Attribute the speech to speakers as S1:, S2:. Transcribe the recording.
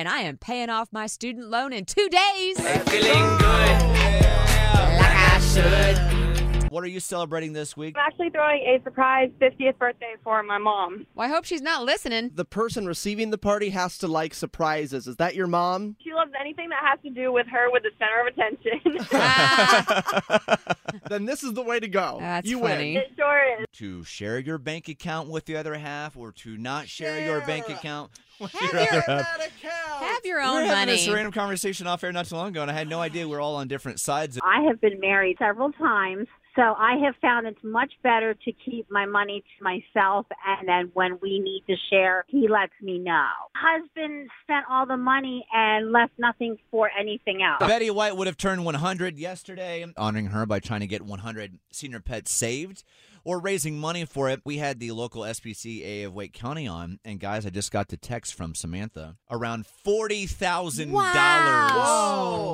S1: and I am paying off my student loan in two days.
S2: Feeling good.
S3: What are you celebrating this week?
S4: I'm actually throwing a surprise 50th birthday for my mom.
S1: Well, I hope she's not listening.
S5: The person receiving the party has to like surprises. Is that your mom?
S4: She loves anything that has to do with her with the center of attention.
S1: Ah,
S5: then this is the way to go.
S1: that's
S5: you
S1: funny.
S5: win.
S4: it sure is.
S3: To share your bank account with the other half or to not share, your bank account with your
S5: Get
S3: other half?
S5: that account.
S1: Have your
S3: We were
S1: own
S3: having this
S1: money.
S3: random conversation off air not too long ago, and I had no idea we're all on different sides. of-
S6: I have been married several times, so I have found it's much better to keep my money to myself. And then when we need to share, he lets me know. Husband spent all the money and left nothing for anything else.
S3: Betty White would have turned 100 yesterday, honoring her by trying to get 100 senior pets saved or raising money for it. We had the local SPCA of Wake County on, and guys, I just got the text from Samantha around $40,000
S1: Wow.